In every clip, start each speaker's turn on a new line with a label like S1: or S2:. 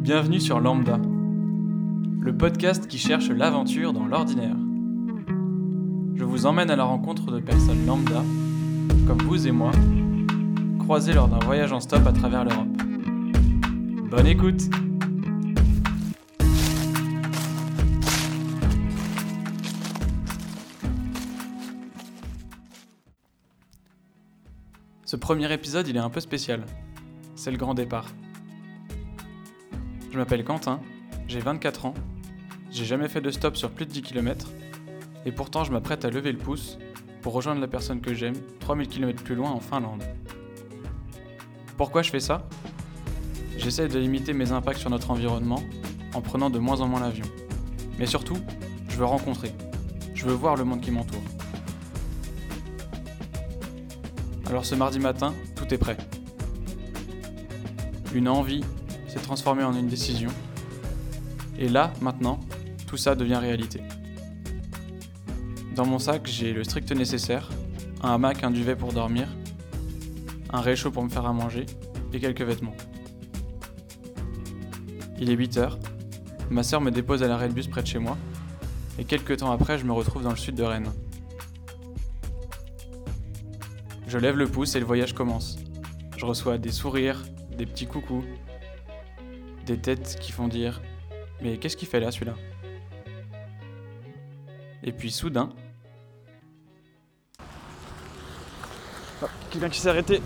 S1: Bienvenue sur Lambda, le podcast qui cherche l'aventure dans l'ordinaire. Je vous emmène à la rencontre de personnes lambda, comme vous et moi, croisées lors d'un voyage en stop à travers l'Europe. Bonne écoute Ce premier épisode, il est un peu spécial. C'est le grand départ. Je m'appelle Quentin, j'ai 24 ans, j'ai jamais fait de stop sur plus de 10 km, et pourtant je m'apprête à lever le pouce pour rejoindre la personne que j'aime 3000 km plus loin en Finlande. Pourquoi je fais ça J'essaie de limiter mes impacts sur notre environnement en prenant de moins en moins l'avion. Mais surtout, je veux rencontrer, je veux voir le monde qui m'entoure. Alors ce mardi matin, tout est prêt. Une envie s'est transformée en une décision. Et là, maintenant, tout ça devient réalité. Dans mon sac, j'ai le strict nécessaire, un hamac, un duvet pour dormir, un réchaud pour me faire à manger et quelques vêtements. Il est 8h, ma sœur me dépose à l'arrêt de bus près de chez moi, et quelques temps après, je me retrouve dans le sud de Rennes. Je lève le pouce et le voyage commence. Je reçois des sourires, des petits coucous, des têtes qui font dire Mais qu'est-ce qu'il fait là celui-là Et puis soudain,
S2: Ah, Quelqu'un qui s'est arrêté.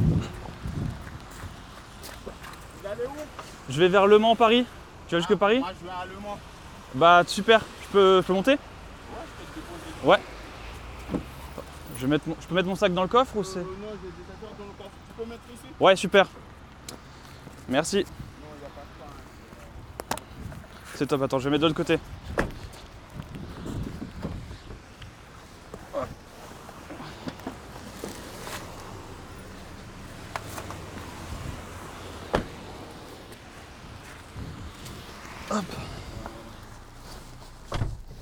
S2: Je vais vers Le Mans, Paris. Tu vas jusque Paris
S3: Moi Ah, je vais à Le Mans.
S2: Bah super, je peux, je peux monter
S3: Ouais, je peux te déposer.
S2: je, vais mettre mon- je peux mettre mon sac dans le coffre ou c'est
S3: Euh, non, j'ai des affaires dans le coffre. Tu peux mettre ici
S2: Ouais, super. Merci.
S3: Non, il n'y a pas de temps.
S2: C'est top, attends, je vais mettre de l'autre côté. Hop.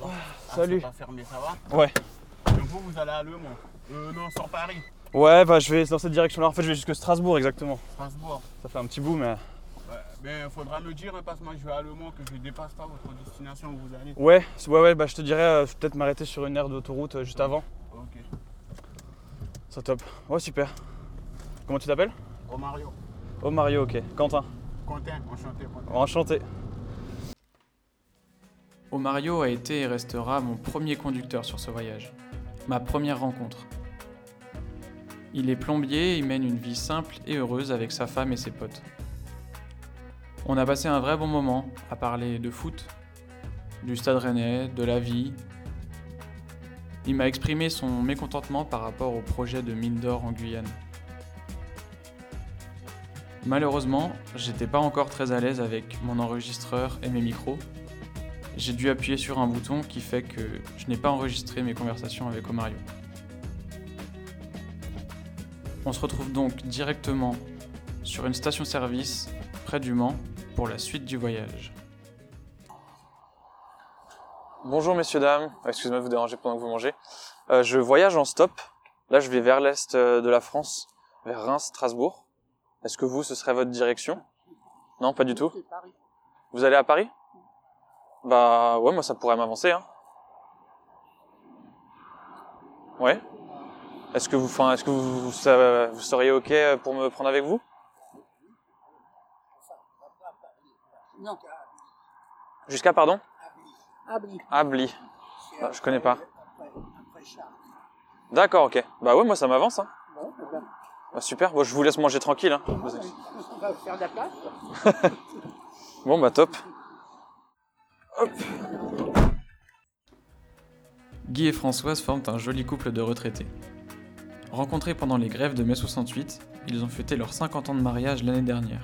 S2: Oh, Salut.
S3: Ah, C'est pas fermé, ça va
S2: Ouais.
S3: Donc vous, vous allez à Le Mans. Euh, non, sur Paris.
S2: Ouais, bah je vais dans cette direction-là. En fait, je vais jusque Strasbourg exactement.
S3: Strasbourg.
S2: Ça fait un petit bout, mais.
S3: Ouais, mais faudra le dire, hein, parce que moi je vais à Le Mans, que je dépasse pas votre destination où vous allez.
S2: Ouais, c'est- ouais, ouais, bah je te dirais, euh, je vais peut-être m'arrêter sur une aire d'autoroute euh, juste avant.
S3: Ok.
S2: C'est top. Ouais, super. Comment tu t'appelles
S3: Oh Mario.
S2: Oh, Mario, ok. Quentin.
S3: Quentin, enchanté. Quentin.
S2: Enchanté.
S1: Omario a été et restera mon premier conducteur sur ce voyage, ma première rencontre. Il est plombier et mène une vie simple et heureuse avec sa femme et ses potes. On a passé un vrai bon moment à parler de foot, du stade rennais, de la vie. Il m'a exprimé son mécontentement par rapport au projet de mine d'or en Guyane. Malheureusement, j'étais pas encore très à l'aise avec mon enregistreur et mes micros, j'ai dû appuyer sur un bouton qui fait que je n'ai pas enregistré mes conversations avec Omario. On se retrouve donc directement sur une station-service près du Mans pour la suite du voyage. Bonjour messieurs, dames, excusez-moi de vous déranger pendant que vous mangez. Euh, je voyage en stop, là je vais vers l'est euh, de la France, vers Reims, Strasbourg. Est-ce que vous, ce serait votre direction Non, pas du tout. Vous allez à Paris bah ouais, moi ça pourrait m'avancer. Hein. Ouais. Est-ce que vous, enfin, est-ce que vous, vous- ça- vous seriez ok euh, pour me prendre avec vous
S4: Non.
S1: Jusqu'à pardon
S5: Ah,
S4: Abli.
S1: Abli.
S4: C'est
S1: Bah, je connais pas.
S4: Après, après Charles.
S1: D'accord, ok. Bah ouais, moi ça m'avance. Hein.
S4: Bon, eh ben,
S1: Bah, super. Bon, je vous laisse manger tranquille. Hein. Vous-
S4: on va faire de la place.
S1: Bon bah top. Guy et Françoise forment un joli couple de retraités. Rencontrés pendant les grèves de mai 68, ils ont fêté leurs 50 ans de mariage l'année dernière.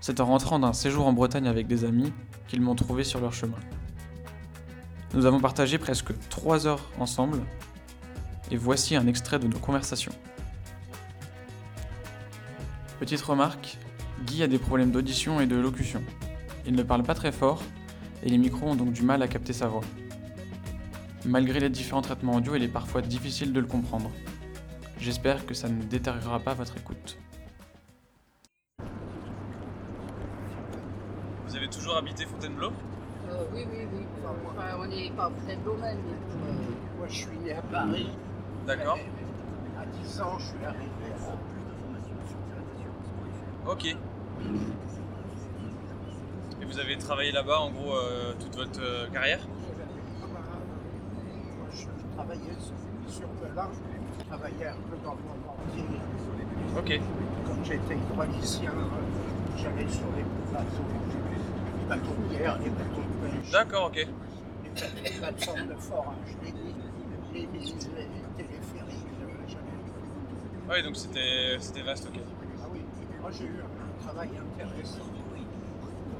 S1: C'est en rentrant d'un séjour en Bretagne avec des amis qu'ils m'ont trouvé sur leur chemin. Nous avons partagé presque 3 heures ensemble, et voici un extrait de nos conversations. Petite remarque, Guy a des problèmes d'audition et de locution. Il ne parle pas très fort et les micros ont donc du mal à capter sa voix. Malgré les différents traitements audio, il est parfois difficile de le comprendre. J'espère que ça ne détériorera pas votre écoute.
S6: Vous avez toujours habité Fontainebleau
S5: Euh, oui, oui, oui. Enfin, moi, enfin, on n'est pas près de domaine, mais euh,
S4: Moi, je suis né à Paris.
S6: D'accord.
S4: À 10 ans, je suis arrivé à
S6: Ok. Et vous avez travaillé là-bas en gros euh, toute votre euh, carrière
S4: Ah bah, euh, Moi, je travaillais sur, sur de l'arbre, je travaillais un peu dans le monde entier.
S6: Ok.
S4: Quand j'étais hydraulicien, euh, j'allais sur les bateaux, les bateaux de guerre, les bateaux de pêche,
S6: D'accord, ok.
S4: les bateaux- les plateformes de forage, les mines, les mines, les téléphériques, euh, j'allais.
S6: Ouais, Ah donc c'était c'était vaste, ok.
S4: Ah oui, moi j'ai eu un travail intéressant.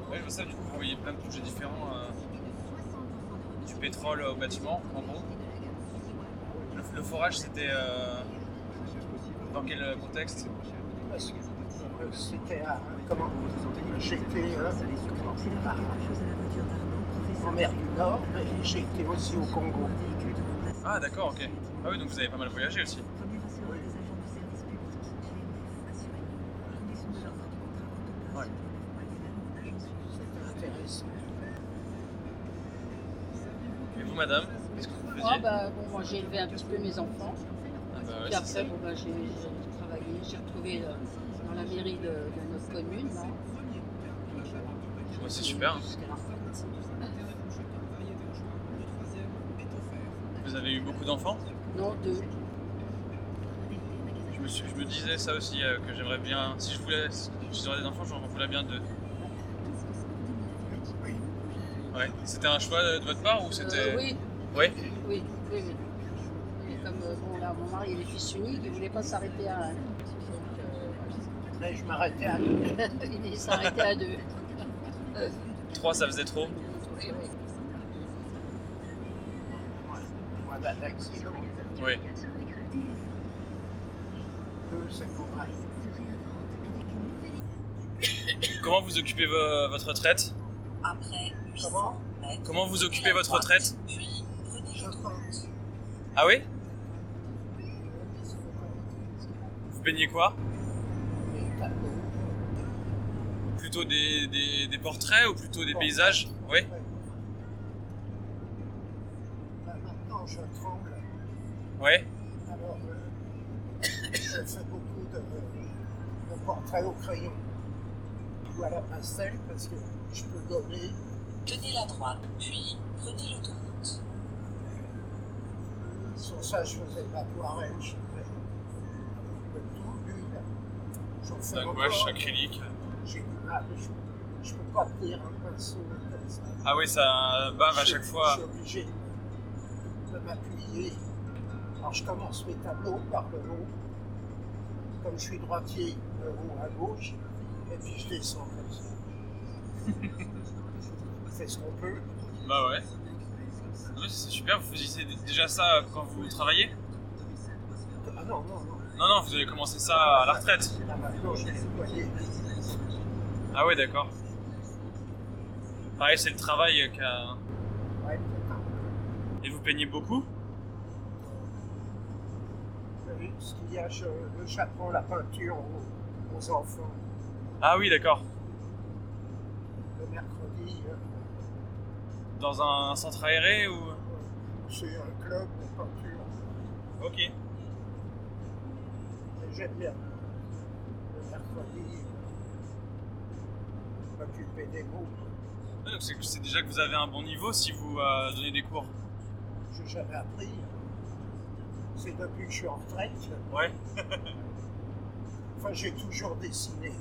S6: Ouais, je vois ça, du coup, vous voyez plein de projets différents. euh, du pétrole au bâtiment, en gros. Le, le forage, c'était. euh, dans quel contexte
S4: Parce que euh, c'était à. Comment J'étais euh, en mer du Nord et j'étais aussi au Congo.
S6: Ah, d'accord, ok. Ah oui, donc vous avez pas mal voyagé aussi.
S4: C'était intéressant.
S6: Et vous, madame Qu'est-ce que vous faisiez
S5: moi, bah, bon, moi, j'ai élevé un petit peu mes enfants.
S6: Ah bah ouais,
S5: Puis
S6: c'est ça.
S5: après, bon, bah, j'ai j'ai travaillé, j'ai retrouvé euh, dans la mairie de, de notre commune. là.
S6: Ouais, c'est super. hein.
S5: Jusqu'à la retraite.
S6: Vous avez eu beaucoup d'enfants
S5: Non, euh, deux.
S6: je me, suis- je me disais ça aussi, euh, que j'aimerais bien. Si je voulais. Si j'aurais des enfants, j'en voulais bien deux. Ouais. C'était un choix de votre part ou c'était.
S5: Euh, oui,
S6: Ouais.
S5: oui, oui, oui. Et comme euh, bon, là, mon mari il est fils unique, il ne voulait pas s'arrêter à un. Donc,
S4: Mais je m'arrêtais à deux.
S5: euh, il s'est arrêté à deux.
S6: Trois, ça faisait trop.
S5: Oui, oui.
S4: Moi, d'un accident.
S6: Oui.
S4: Deux, c'est pour moi.
S6: Comment vous occupez vo- votre retraite
S4: Comment
S6: Comment vous occupez votre retraite
S4: Je compte.
S6: Ah oui Vous peignez quoi
S4: Les tableaux.
S6: Plutôt des, des- des portraits ou plutôt des paysages Oui.
S4: Là, maintenant, je tremble.
S6: Ouais.
S4: Alors, euh, je fais beaucoup de, de portraits au crayon ou à la pastel parce que je peux gommer.
S7: Tenez la droite, puis prenez l'autoroute.
S4: Euh, Sur ça, je faisais de l'aquarelle, je faisais un peu de tout, l'huile. J'en fais
S6: La
S4: encore.
S6: gouache acrylique.
S4: J'ai du mal, je, je peux pas tenir un pinceau comme ça.
S6: Ah oui, ça bave à
S4: Je-
S6: chaque fois.
S4: Je suis obligé de- de m'appuyer. Alors je commence mes tableaux par le haut. Comme je suis droitier, le haut à gauche. Et puis je descends comme ça. C'est ce qu'on peut.
S6: Bah ouais. Non, mais c'est super, vous faisiez déjà ça quand vous travaillez
S4: Ah non, non, non.
S6: Non, non, vous avez commencé ça à la retraite.
S4: Là maintenant, j'ai les loyers.
S6: Ah ouais, d'accord. Pareil, c'est le travail qu'a...
S4: Ouais, peut-être un peu.
S6: Et vous peignez beaucoup
S4: Vous savez, ce qu'il y a, je, j'apprends la peinture aux, aux enfants.
S6: Ah oui, d'accord.
S4: Le mercredi, euh,
S6: Dans un centre aéré ou...
S4: c'est un club de peinture.
S6: Ok.
S4: Mais J'aime bien le mercredi euh, m'occuper des mots.
S6: Ouais, donc c'est c'est déjà que vous avez un bon niveau si vous euh, donnez des cours.
S4: Je n'ai jamais appris. C'est depuis que je suis en retraite.
S6: Ouais.
S4: Enfin, j'ai toujours dessiné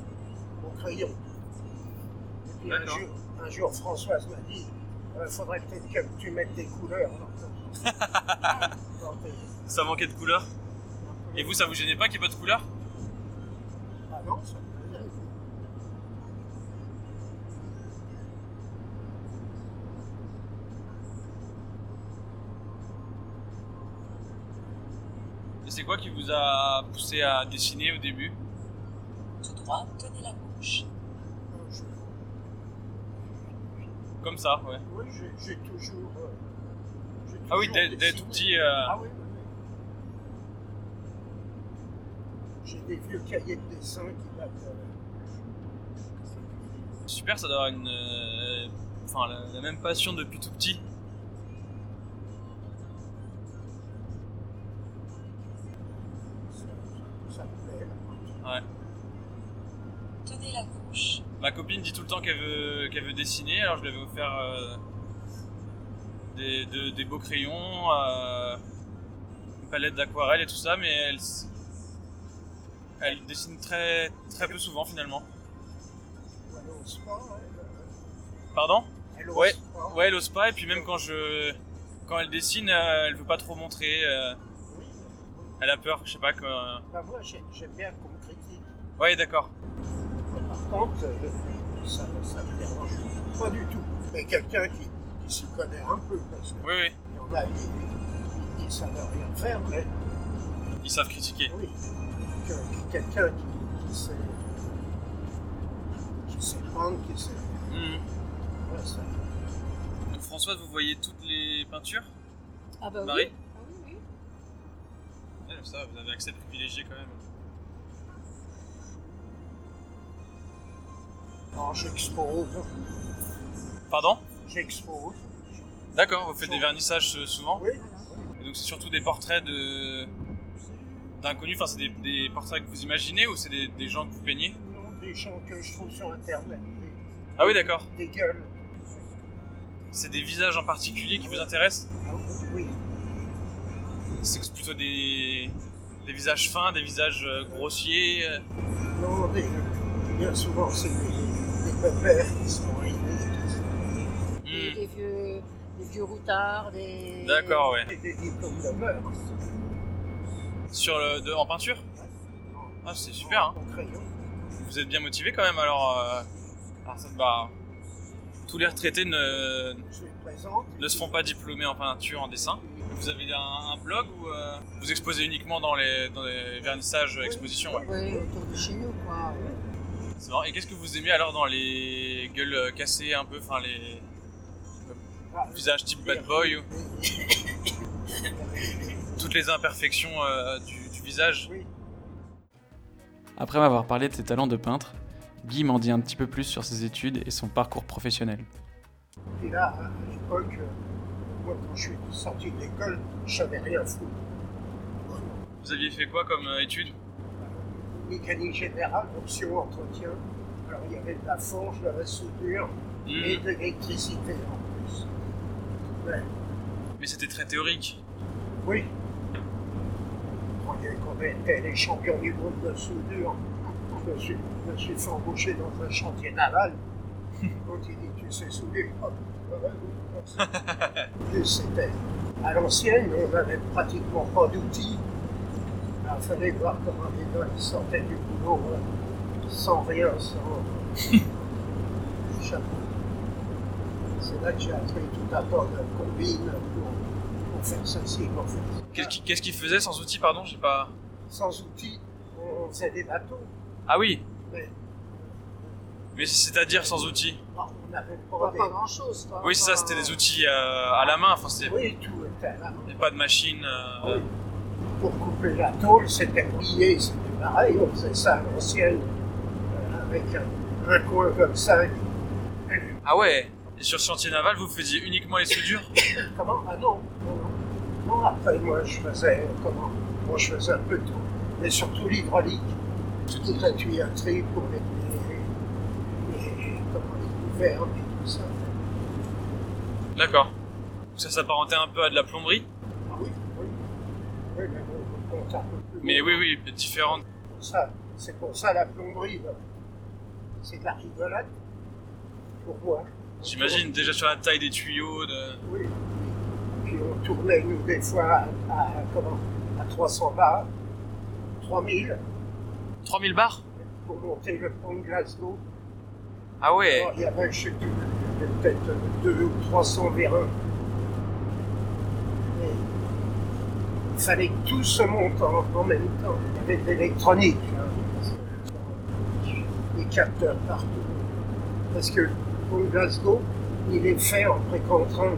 S4: au crayon. Et puis un
S6: D'accord.
S4: jour, un jour, Françoise m'a dit il faudrait peut-être que tu mettes des couleurs. dans ton- dans tes-
S6: Ça manquait de couleurs. Et vous, ça vous gênait pas qu'il n'y ait pas de couleurs
S4: Ah non, ça me plaisait.
S6: Et c'est quoi qui vous a poussé à dessiner au début
S7: Tout droit, tenez la gauche.
S4: Non, je-
S6: Comme ça, ouais.
S4: Oui, j'ai- j'ai toujours, euh, j'ai
S6: Ah oui,
S4: toujours
S6: dès, dès
S4: dessiné.
S6: tout petit... euh,
S4: Ah oui, oui, oui. J'ai des vieux cahiers de dessin qui datent. euh,
S6: Super, ça doit avoir une. euh, Enfin, la, la même passion depuis tout petit.
S4: ça me plaît.
S8: Tenez la gauche.
S6: Ma copine dit tout le temps qu'elle veut, qu'elle veut dessiner, alors je lui avais offert euh, des, de- des beaux crayons, euh, une palette d'aquarelle et tout ça, mais elle, s- elle dessine très, très peu souvent finalement.
S4: Elle n'ose pas, elle,
S6: Pardon
S4: elle ose
S6: Ouais,
S4: pas.
S6: Ouais, elle ose pas, et puis même quand, je, quand elle dessine, euh, elle veut pas trop montrer, euh,
S4: Oui.
S6: elle a peur, je sais pas quoi.
S4: Bah, moi, j'ai- j'aime bien qu'on me critique.
S6: Ouais, d'accord.
S4: Par contre, euh, ça ça me dérange pas du tout. Mais quelqu'un qui, qui s'y connaît un peu, parce qu'il
S6: Oui, oui,
S4: y en a, ils, ils- ils savent rien faire, mais
S6: ils savent critiquer.
S4: oui, que- quelqu'un qui, qui sait qui sait prendre, qui sait...
S6: Mhm.
S4: ouais, ça-
S6: Donc, Françoise, vous voyez toutes les peintures
S5: Ah bah oui.
S6: Marie
S5: Ah oui, oui.
S6: Ouais, Ça, vous avez accès privilégié quand même.
S4: Non, Ah, j'expose,
S6: Pardon
S4: j'expose. Ah
S6: D'accord, vous faites des vernissages euh, souvent
S4: Oui,
S6: Et donc c'est surtout des portraits de d'inconnus, enfin c'est des, des portraits que vous imaginez ou c'est des, des gens que vous peignez
S4: non, des gens que je trouve sur Internet, des,
S6: Ah oui d'accord,
S4: des gueules.
S6: c'est des visages en particulier qui vous intéressent
S4: Ah oui,
S6: C'est plutôt des, des visages fins, des visages euh, grossiers euh.
S4: non, des, bien souvent, c'est des, des pépères qui sont aidés, qui sont
S5: Des,
S6: Hmm,
S5: des vieux, des vieux routards, des.
S6: D'accord ouais.
S4: Et des diplômes de mœurs.
S6: Sur le, de- en peinture Ah c'est super hein.
S4: En crayon.
S6: Vous êtes bien motivé quand même alors. euh, alors ça, bah, tous les retraités ne,
S4: Je les présente.
S6: ne se font pas diplômés en peinture, en dessin. Vous avez un, un blog ou euh, vous exposez uniquement dans les, dans les vernissages, euh, expositions ouais.
S5: Oui, autour de chez nous, quoi.
S6: C'est marrant. Et qu'est-ce que vous aimez alors dans les gueules euh, cassées un peu, enfin les
S4: Ah,
S6: visages type bad boy, ou- toutes les imperfections euh, du, du visage
S1: Après m'avoir parlé de ses talents de peintre, Guy m'en dit un petit peu plus sur ses études et son parcours professionnel.
S4: Et là, à l'époque, euh, moi, quand je suis sorti de l'école, je savais rien foutre.
S6: Vous aviez fait quoi comme euh, étude
S4: Mécanique générale, option entretien. Alors, il y avait de la forge, de la soudure et
S6: Hmm.
S4: de l'électricité en plus. Mais,
S6: Mais c'était très théorique.
S4: oui. Vous croyez qu'on était les champions du monde de soudure. Je me suis, je me suis fait embaucher dans un chantier naval. Quand il dit tu sais souder, Ah, ben, hop, voilà, comme ça. Et c'était à l'ancienne, on n'avait pratiquement pas d'outils. Il fallait voir comment les gars ils sortaient du boulot euh, sans rien, sans chapeau. C'est là que j'ai appris tout un tas de combines pour, pour faire ceci, pour faire cela.
S6: Qu'est-ce qui- qu'est-ce qu'ils faisaient sans outils, pardon, j'ai pas.
S4: Sans outils, on faisait des bateaux.
S6: Ah oui.
S4: Ouais.
S6: Mais c'est-à-dire sans outils
S4: Ah, On n'avait
S5: On voit
S4: pas
S5: pas
S4: des...
S5: grand chose, quoi.
S6: Oui, c'est ça, c'était des outils euh, à la main, enfin c'était
S4: Oui, tout était à la main.
S6: il y avait pas de machine. euh,
S4: Oui. Pour couper la tôle, c'était plié, c'était pareil, on faisait ça à l'ancienne, euh, avec un, un coin comme ça.
S6: Ah ouais Et sur chantier naval, vous faisiez uniquement les soudures
S4: Comment Ah non, non, non. Non, après moi je faisais, euh, comment Moi je faisais un peu tout, mais surtout l'hydraulique, toute la tuyauterie pour les, les, les- comment, les gouvernes et tout ça.
S6: D'accord. Donc Ça s'apparentait un peu à de la plomberie
S4: Ah oui, oui, oui, mais bon, on compte un peu plus.
S6: Mais
S4: loin.
S6: oui, oui, différente.
S4: Pour ça- C'est pour ça la plomberie, là. c'est de la rigolade pour moi.
S6: J'imagine déjà sur la taille des tuyaux, de...
S4: Oui. Puis on tournait, nous, des fois, à, à, comment, à 300 bars, 3000,
S6: 3000 bars
S4: pour monter le pont de Glasgow.
S6: Ah ouais
S4: Alors, Oh, il y avait, je sais plus, il y avait peut-être deux ou 300 vérins. Et il fallait que tout se monte en, en même temps. Il y avait de l'électronique, hein, parce que, euh, des capteurs partout. Parce que le pont de Glasgow, il est fait en précontraint.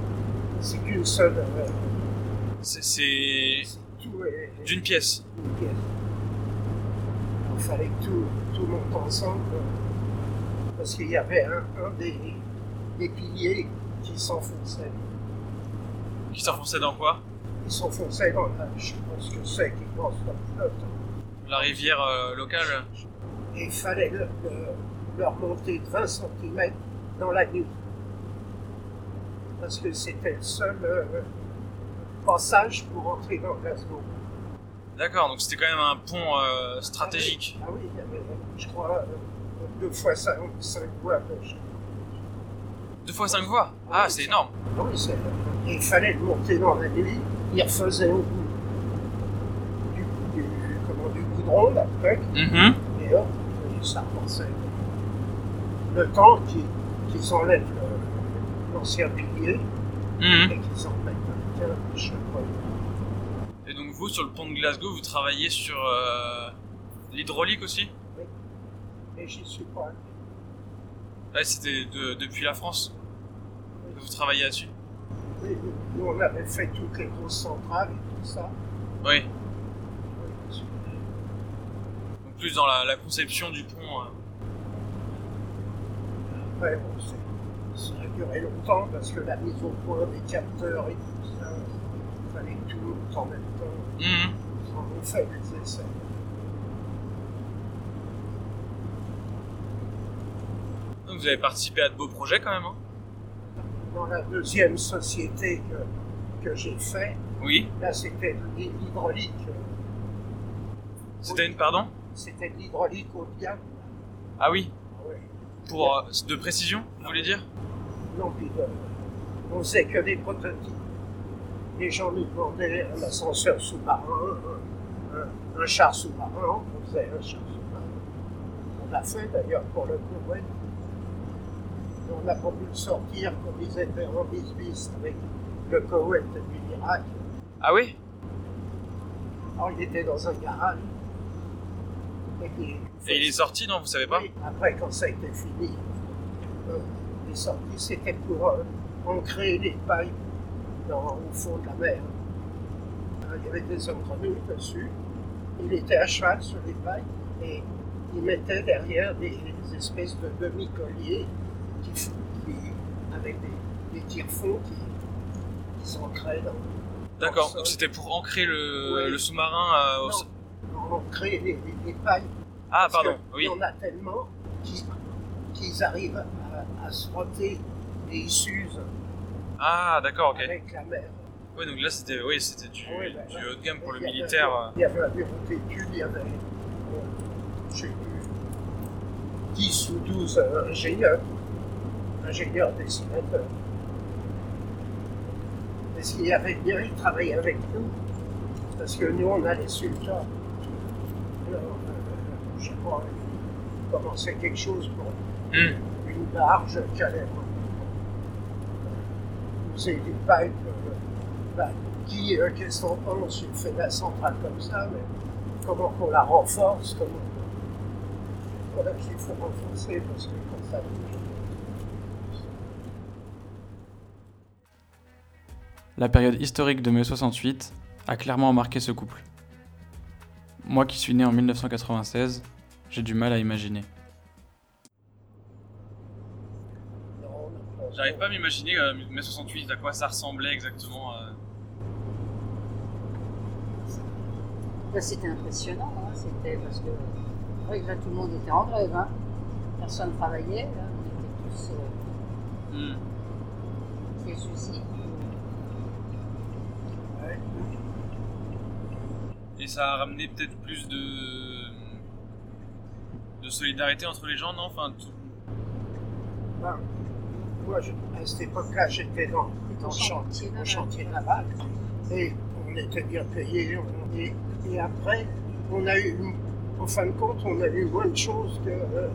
S4: C'est qu'une seule. euh,
S6: C'est- C'est
S4: c'est tout est-
S6: d'une pièce.
S4: une pièce. Il fallait que tout, tout monte ensemble. euh, Parce parce qu'il y avait un, un des, des piliers qui s'enfonçait.
S6: Qui s'enfonçait dans quoi
S4: Ils s'enfonçaient dans la, je pense que c'est qui pense la flotte.
S6: La rivière euh, locale
S4: Et il fallait le- le- leur monter 20 cm dans la nuit. Parce que c'était le seul euh, passage pour entrer dans Glasgow.
S6: D'accord, donc c'était quand même un pont euh, stratégique.
S4: Ah oui, il y avait, je crois, euh, deux fois cinq, cinq voies. je-
S6: Deux fois cinq voies Ah, c'est énorme
S4: Ah oui, c'est- et il fallait le monter dans la nuit. Il refaisait au bout du, du, comment, du goudron, la truc,
S6: Mhm.
S4: et hop, et ça repassait. Le temps qu'ils qu'ils enlèvent le- l'ancien pilier et
S6: Mhm.
S4: qu'ils en mettent un tiens, je crois.
S6: Et donc vous, sur le pont de Glasgow, vous travaillez sur euh, l'hydraulique aussi
S4: Mais j'y suis pas allé.
S6: Ouais, c'était de- depuis la France que vous travaillez là-dessus
S4: Oui, oui, Nous, on avait fait toutes les grosses centrales et tout ça.
S6: Oui. Donc plus dans la, la conception du pont. euh.
S4: Après, bon, c'est- ça a duré longtemps parce que la mise au point des capteurs et tout ça, il fallait que tout monte en même temps.
S6: Mhm.
S4: On fait des essais.
S6: Donc vous avez participé à de beaux projets quand même, hein
S4: Dans la deuxième société que, que j'ai fait,
S6: Oui.
S4: là c'était de l'hydraulique. euh,
S6: C'était une... Pardon
S4: C'était de l'hydraulique au diable.
S6: Ah oui,
S4: Ouais.
S6: pour euh, de précision, vous voulez dire
S4: Non, puis euh, on faisait que des prototypes. Les gens nous demandaient un ascenseur sous-marin, un, un- un char sous-marin, on faisait un char sous-marin. On l'a fait d'ailleurs pour le Koweït. Et On n'a pas pu le sortir comme ils étaient en business avec le Koweït et l'Irak.
S6: Ah oui
S4: Alors il était dans un garage. Et puis,
S6: Et il est sorti, non Vous savez pas
S4: oui, après, quand ça a été fini, euh, les sorties, c'était pour euh, ancrer les pailles dans, au fond de la mer. Euh, Il y avait des engrenouilles dessus. Il était à cheval sur les pailles et il mettait derrière des, des espèces de demi-colliers qui, f- qui- avec des, des tire-fonds qui, qui s'ancraient dans,
S6: D'accord,
S4: Pour
S6: donc
S4: ça.
S6: c'était pour ancrer le,
S4: Oui.
S6: le sous-marin euh, au-
S4: Non. pour ancrer les- les- les pailles
S6: Ah,
S4: Parce
S6: pardon,
S4: que
S6: oui.
S4: Il y en a tellement qui- qu'ils arrivent à, à se frotter et ils s'usent
S6: Ah, d'accord, ok.
S4: avec la mer.
S6: Oui, donc là, c'était oui, c'était du,
S4: Oui, bah,
S6: du haut de gamme pour le
S4: Il y avait-
S6: militaire. euh.
S4: Il y avait un bureau d'études, il y avait, euh, je sais plus, 10 ou 12 euh, ingénieurs, ingénieurs dessinateurs. Et ce qu'il y avait bien, ils travaillaient avec nous, parce que nous, on allait sur le tas. Alors, euh, je sais pas, ils commençaient quelque chose pour
S6: Hmm.
S4: une barge qui allait poser du pipe. euh, bah, qui, euh, qu'est-ce qu'on pense Il fait la centrale comme ça, mais comment qu'on la renforce Comment Voilà qu'il faut renforcer parce que quand ça bouge.
S1: La période historique de mai 68 a clairement marqué ce couple. Moi qui suis né en 1996, j'ai du mal à imaginer.
S4: non, on en pense-
S6: J'arrive pas à m'imaginer euh, mai 68 à quoi ça ressemblait exactement. euh.
S5: Ben, c'était impressionnant, hein, c'était parce que c'est vrai que là tout le monde était en grève, hein. personne ne travaillait, là, on était tous euh,
S6: Hmm.
S5: les soucis.
S6: Et ça a ramené peut-être plus de de solidarité entre les gens, non Enfin, tout-
S4: Bah, moi, je- à cette époque-là, j'étais dans, dans le chantier,
S5: Chantier
S4: au
S5: naval.
S4: chantier naval et on était bien payé. Et, et après, on a eu, en fin de compte, on a eu moins de choses que, euh,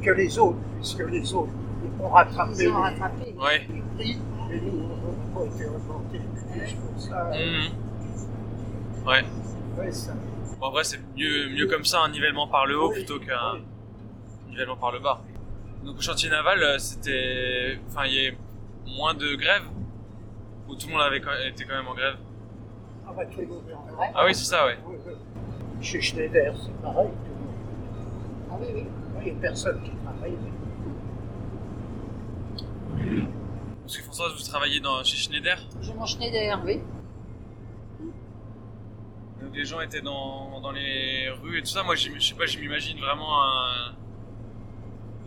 S4: que les autres, puisque les autres ont rattrapé.
S5: Ils ont
S4: les-
S5: rattrapé.
S6: ouais.
S4: les prix, et nous, on n'a pas été implantés. Je pense que ça,
S6: Hmm.
S4: ouais, ça-
S6: Bon, en vrai, c'est mieux mieux comme ça, un nivellement par le haut
S4: Oui,
S6: plutôt qu'un
S4: oui.
S6: nivellement par le bas. Donc au chantier naval, euh, c'était, enfin, il y a moins de grèves où tout le monde avait quand- était quand même en grève.
S4: Ah bah, tout le monde est en
S6: Ah oui, c'est ça, ouais.
S4: grève. Chez Schneider, c'est pareil. tout le monde.
S5: Ah oui, oui.
S4: Ouais. il n'y a personne qui travaille.
S6: Parce que Françoise, vous travaillez dans, chez Schneider.
S5: J'ai mon Schneider, oui.
S6: Donc les gens étaient dans, dans les rues et tout ça. Moi, j'im- je sais pas, je m'imagine vraiment un-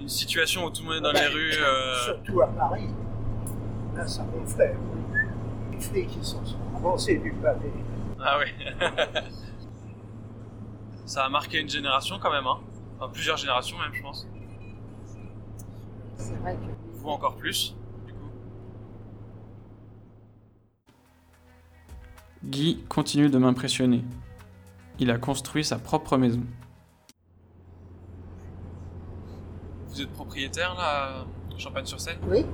S6: une situation où tout le monde est dans les
S4: Bah,
S6: rues. euh,
S4: Surtout à Paris. Là, ça ronflait. Les flics, ils s'en sont avancés du pavé.
S6: Ah oui. ça a marqué une génération quand même, hein. Enfin, plusieurs générations même, je pense.
S5: C'est vrai que.
S6: Vous encore plus. du coup.
S1: Guy continue de m'impressionner. Il a construit sa propre maison.
S6: Vous êtes propriétaire là, à Champagne-sur-Seine.
S5: Oui,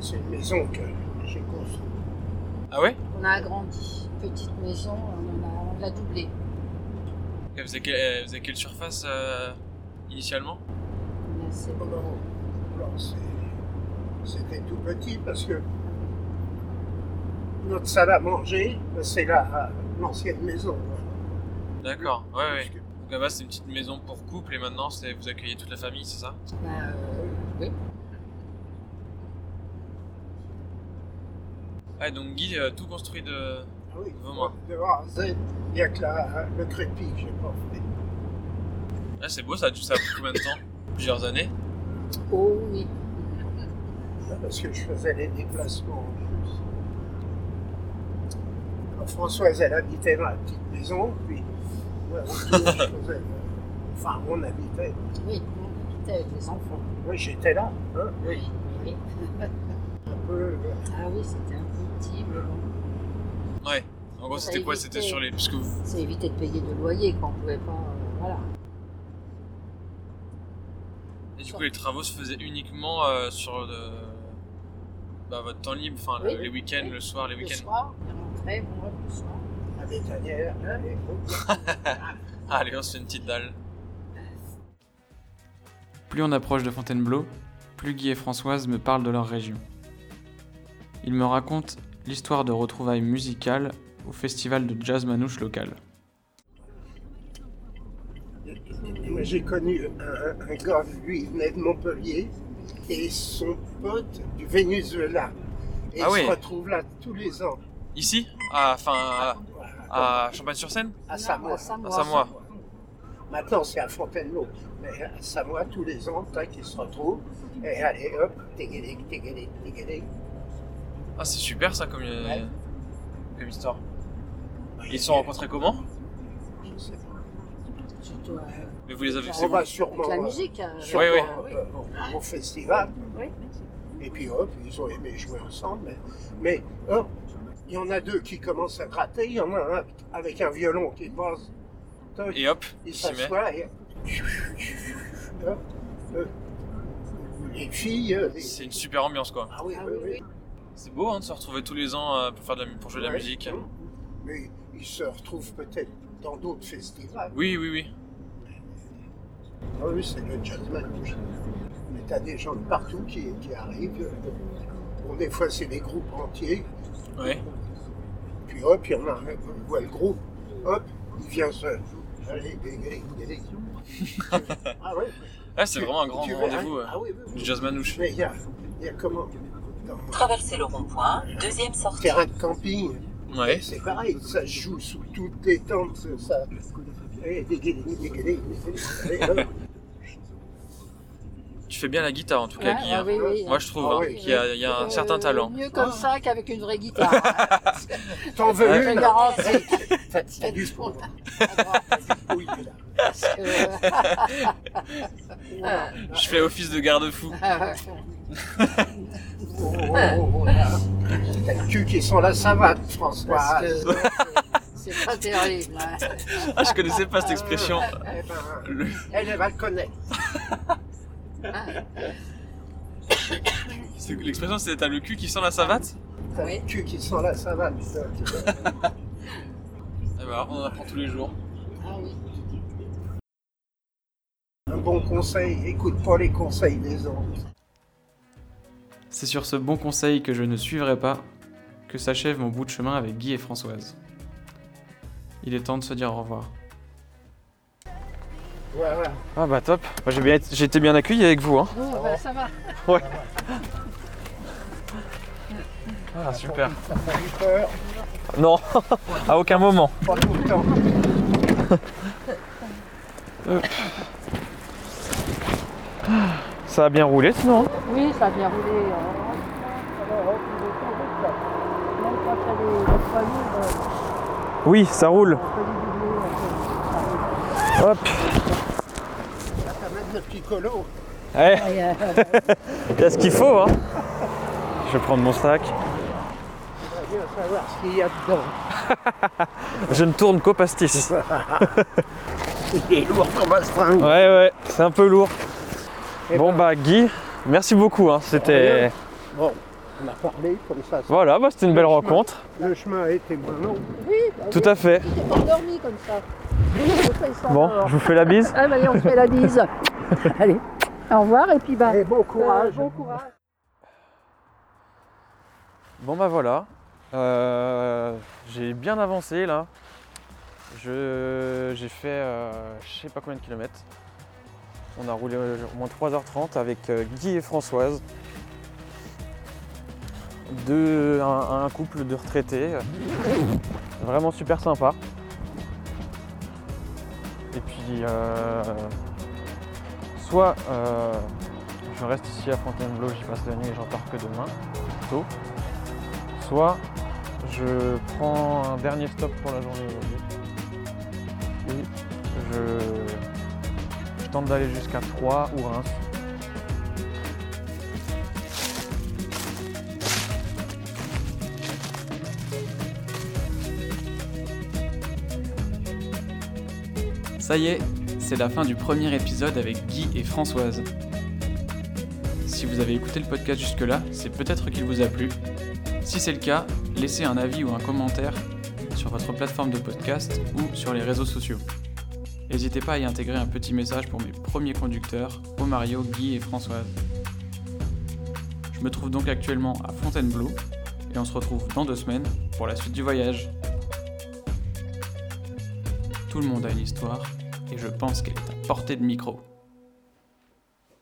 S4: C'est une maison que j'ai construite.
S6: Ah ouais
S5: on a agrandi. Une petite maison, on, en a, on l'a doublée.
S6: Elle faisait, que- elle faisait quelle surface euh, initialement
S5: On a assez-
S4: Oh non, alors c'est- c'était tout petit parce que notre salle à manger, ben, c'est la- l'ancienne maison.
S6: D'accord, ouais, ouais.
S4: Parce que-
S6: Donc là-bas, c'est une petite maison pour couple et maintenant, c'est vous accueillez toute la famille, c'est ça
S5: Bah, euh, oui.
S6: Ouais, donc Guy, euh, tout construit de.
S4: ah oui,
S6: Vraiment.
S4: de A à Z, il n'y a que la- le crépi que j'ai pas fait.
S6: Ah, c'est beau, ça a dû ça a pris combien de temps Plusieurs années
S5: Oh oui.
S4: Ben, Parce que je faisais les déplacements en plus. Alors, Françoise, elle habitait dans la petite maison, puis moi, autour, je faisais- euh, Enfin, on habitait.
S5: Oui, on habitait avec les enfants.
S4: Moi, j'étais là, hein,
S5: Oui, oui.
S4: un peu. euh,
S5: Ah oui, c'était un peu petit, mais bon.
S6: Ouais. En gros,
S5: Ça
S6: c'était quoi
S5: évitait.
S6: C'était sur les. Puisque vous.
S5: Ça évitait de payer de loyer quand on pouvait pas. euh, voilà.
S6: Et du coup, les travaux se faisaient uniquement euh, sur le... bah, votre temps libre, enfin le-
S5: Oui.
S6: les week-ends,
S5: Oui.
S6: le soir, les
S5: Le
S6: week-ends.
S5: soir, on rentrait, on rentre le soir.
S4: à des tanières, hein, et autres.
S6: Ah, allez, on se fait une petite dalle.
S1: Plus on approche de Fontainebleau, plus Guy et Françoise me parlent de leur région. Ils me racontent l'histoire de retrouvailles musicales au festival de jazz manouche local.
S4: Moi, j'ai connu un, un gars, lui, il venait de Montpellier, et son pote du Venezuela. Et
S6: Ah
S4: ils
S6: oui.
S4: se retrouvent là tous les ans,
S6: Ici Ah, Enfin, à, à Champagne-sur-Seine Ah,
S4: à
S5: Non,
S4: Samoa.
S5: à Samoa.
S6: À Samoa.
S4: Maintenant, c'est à Fontainebleau. Mais à Samoa, tous les ans, tac, ils se retrouvent. Et allez, hop, téguélic, téguélic, téguélic.
S6: Ah, c'est super ça comme, euh,
S4: Ouais.
S6: comme histoire. Ils se sont rencontrés comment
S4: Je sais pas.
S5: Surtout euh,
S6: Mais vous les avez
S4: On
S6: c'est
S4: va
S6: vous
S5: avec
S4: sûrement,
S5: la
S4: euh,
S5: musique. euh,
S4: sûrement
S6: Oui, oui.
S4: euh, au- au festival.
S5: Oui.
S4: Et puis hop, ils ont aimé jouer ensemble. Mais, mais, hop, il y en a deux qui commencent à gratter, il y en a un avec un violon qui passe. Toc,
S6: Et hop,
S4: il
S6: s'y met.
S4: s'assoit et. Hop, euh, les filles. euh, les-
S6: c'est une super ambiance quoi.
S4: Ah oui,
S5: Ah
S4: oui,
S5: oui,
S4: oui.
S6: C'est beau hein, de se retrouver tous les ans euh, pour, faire de la, mu- pour jouer de la
S4: Ouais.
S6: musique.
S4: Mais ils se retrouvent peut-être dans d'autres festivals.
S6: Oui, oui, oui.
S4: Ah oui, c'est le jazzman. Mais t'as des gens de partout qui, qui arrivent. Bon, des fois, c'est des groupes entiers.
S6: Ouais.
S4: Puis hop, il y en a un, on voit le groupe, hop, il vient seul. Allez, allez, allez. ah ouais
S6: Ah, c'est vraiment un grand
S4: Tu veux-
S6: rendez-vous euh,
S4: Ah oui, oui, oui.
S6: du jazz manouche.
S4: Mais il y a, il y a comment Dans
S8: Traverser le rond-point, deuxième
S4: un
S8: sortie.
S4: terrain de camping,
S6: Ouais.
S4: c'est pareil, ça se joue sous toutes les tentes, ça. Allez, dégainer, dégainer, dégainer. Allez, hop.
S6: Tu fais bien la guitare en tout cas,
S5: Ouais,
S6: Guy.
S5: bah
S6: hein.
S5: oui, oui.
S6: Moi, je trouve
S4: Ah
S6: hein,
S4: oui.
S6: qu'il y a, il y a un
S5: Euh,
S6: certain talent.
S5: Mieux comme ça qu'avec une vraie guitare. hein,
S4: T'en veux
S5: je te
S4: une
S5: garantis.
S4: T'as- T'as du fond. Oui, là.
S5: Parce que- euh,
S6: Je fais office de garde-fou.
S4: Oh, oh, oh, oh, là. T'as le cul qui sent la savate, François.
S5: parce que c'est c'est pas terrible. hein.
S6: Ah, je connaissais pas cette expression.
S4: Eh ben,
S6: Le-
S4: elle, elle va le connaître.
S6: c'est- L'expression, c'est t'as le cul qui sent la savate
S4: T'as
S5: Oui.
S4: le cul qui sent la savate.
S6: Eh ben, on en apprend tous les jours.
S5: Ah oui.
S4: Un bon conseil, écoute pas les conseils des autres.
S1: C'est sur ce bon conseil que je ne suivrai pas que s'achève mon bout de chemin avec Guy et Françoise. Il est temps de se dire au revoir.
S4: Ouais, Oh, ouais.
S1: Ah bah top. Moi, j'ai, bien, j'ai été bien accueilli avec vous. Hein.
S5: Bon, bah, ça va.
S1: Ah super.
S4: Ça fait eu peur.
S1: Non, à aucun moment.
S4: Pas tout le temps.
S1: Ça a bien roulé sinon. hein
S5: Oui, ça a bien roulé. euh, alors, hop, il est temps, hop, là. Même quand il y a des des poids lourds, euh,
S1: Oui, ça roule.
S5: on peut les doubler, on peut- ça roule.
S1: Hop.
S4: Ça fait même le petit colo.
S1: Allez,
S5: Et, euh,
S1: il y a ce qu'il faut. Hein. Je vais prendre mon sac.
S4: On va bien savoir ce qu'il y a dedans.
S1: Je ne tourne qu'au pastis.
S4: Il est lourd comme un Eh ben. string.
S1: Ouais, ouais, c'est un peu lourd. bon bah Guy, merci beaucoup. hein, C'était...
S4: Bon, on a parlé comme ça.
S1: Voilà, bah, c'était une belle rencontre.
S4: Le chemin a été moins long.
S5: oui, bah,
S1: Tout à fait.
S5: oui, t'es endormi comme ça.
S1: Bon, je vous fais la bise.
S5: Ah, bah, allez, on se fait la bise. allez, au revoir et puis bah,
S4: Et bon
S5: euh,
S4: courage.
S5: bon courage.
S1: Bon bah voilà, Euh, j'ai bien avancé là. Je, j'ai fait euh, je sais pas combien de kilomètres. On a roulé euh, au moins 3h30 avec euh, Guy et Françoise. Deux, un, un couple de retraités. Vraiment super sympa. Et puis euh, soit euh, je reste ici à Fontainebleau, j'y passe la nuit et j'en pars que demain, tôt soit je prends un dernier stop pour la journée aujourd'hui et je, je tente d'aller jusqu'à 3 ou Reims.
S9: Ça y est, c'est la fin du premier épisode avec Guy et Françoise. Si vous avez écouté le podcast jusque-là, c'est peut-être qu'il vous a plu. Si c'est le cas, laissez un avis ou un commentaire sur votre plateforme de podcast ou sur les réseaux sociaux. N'hésitez pas à y intégrer un petit message pour mes premiers conducteurs, Omario, Guy et Françoise. Je me trouve donc actuellement à Fontainebleau et on se retrouve dans deux semaines pour la suite du voyage. Tout le monde a une histoire et je pense qu'elle est à portée de micro.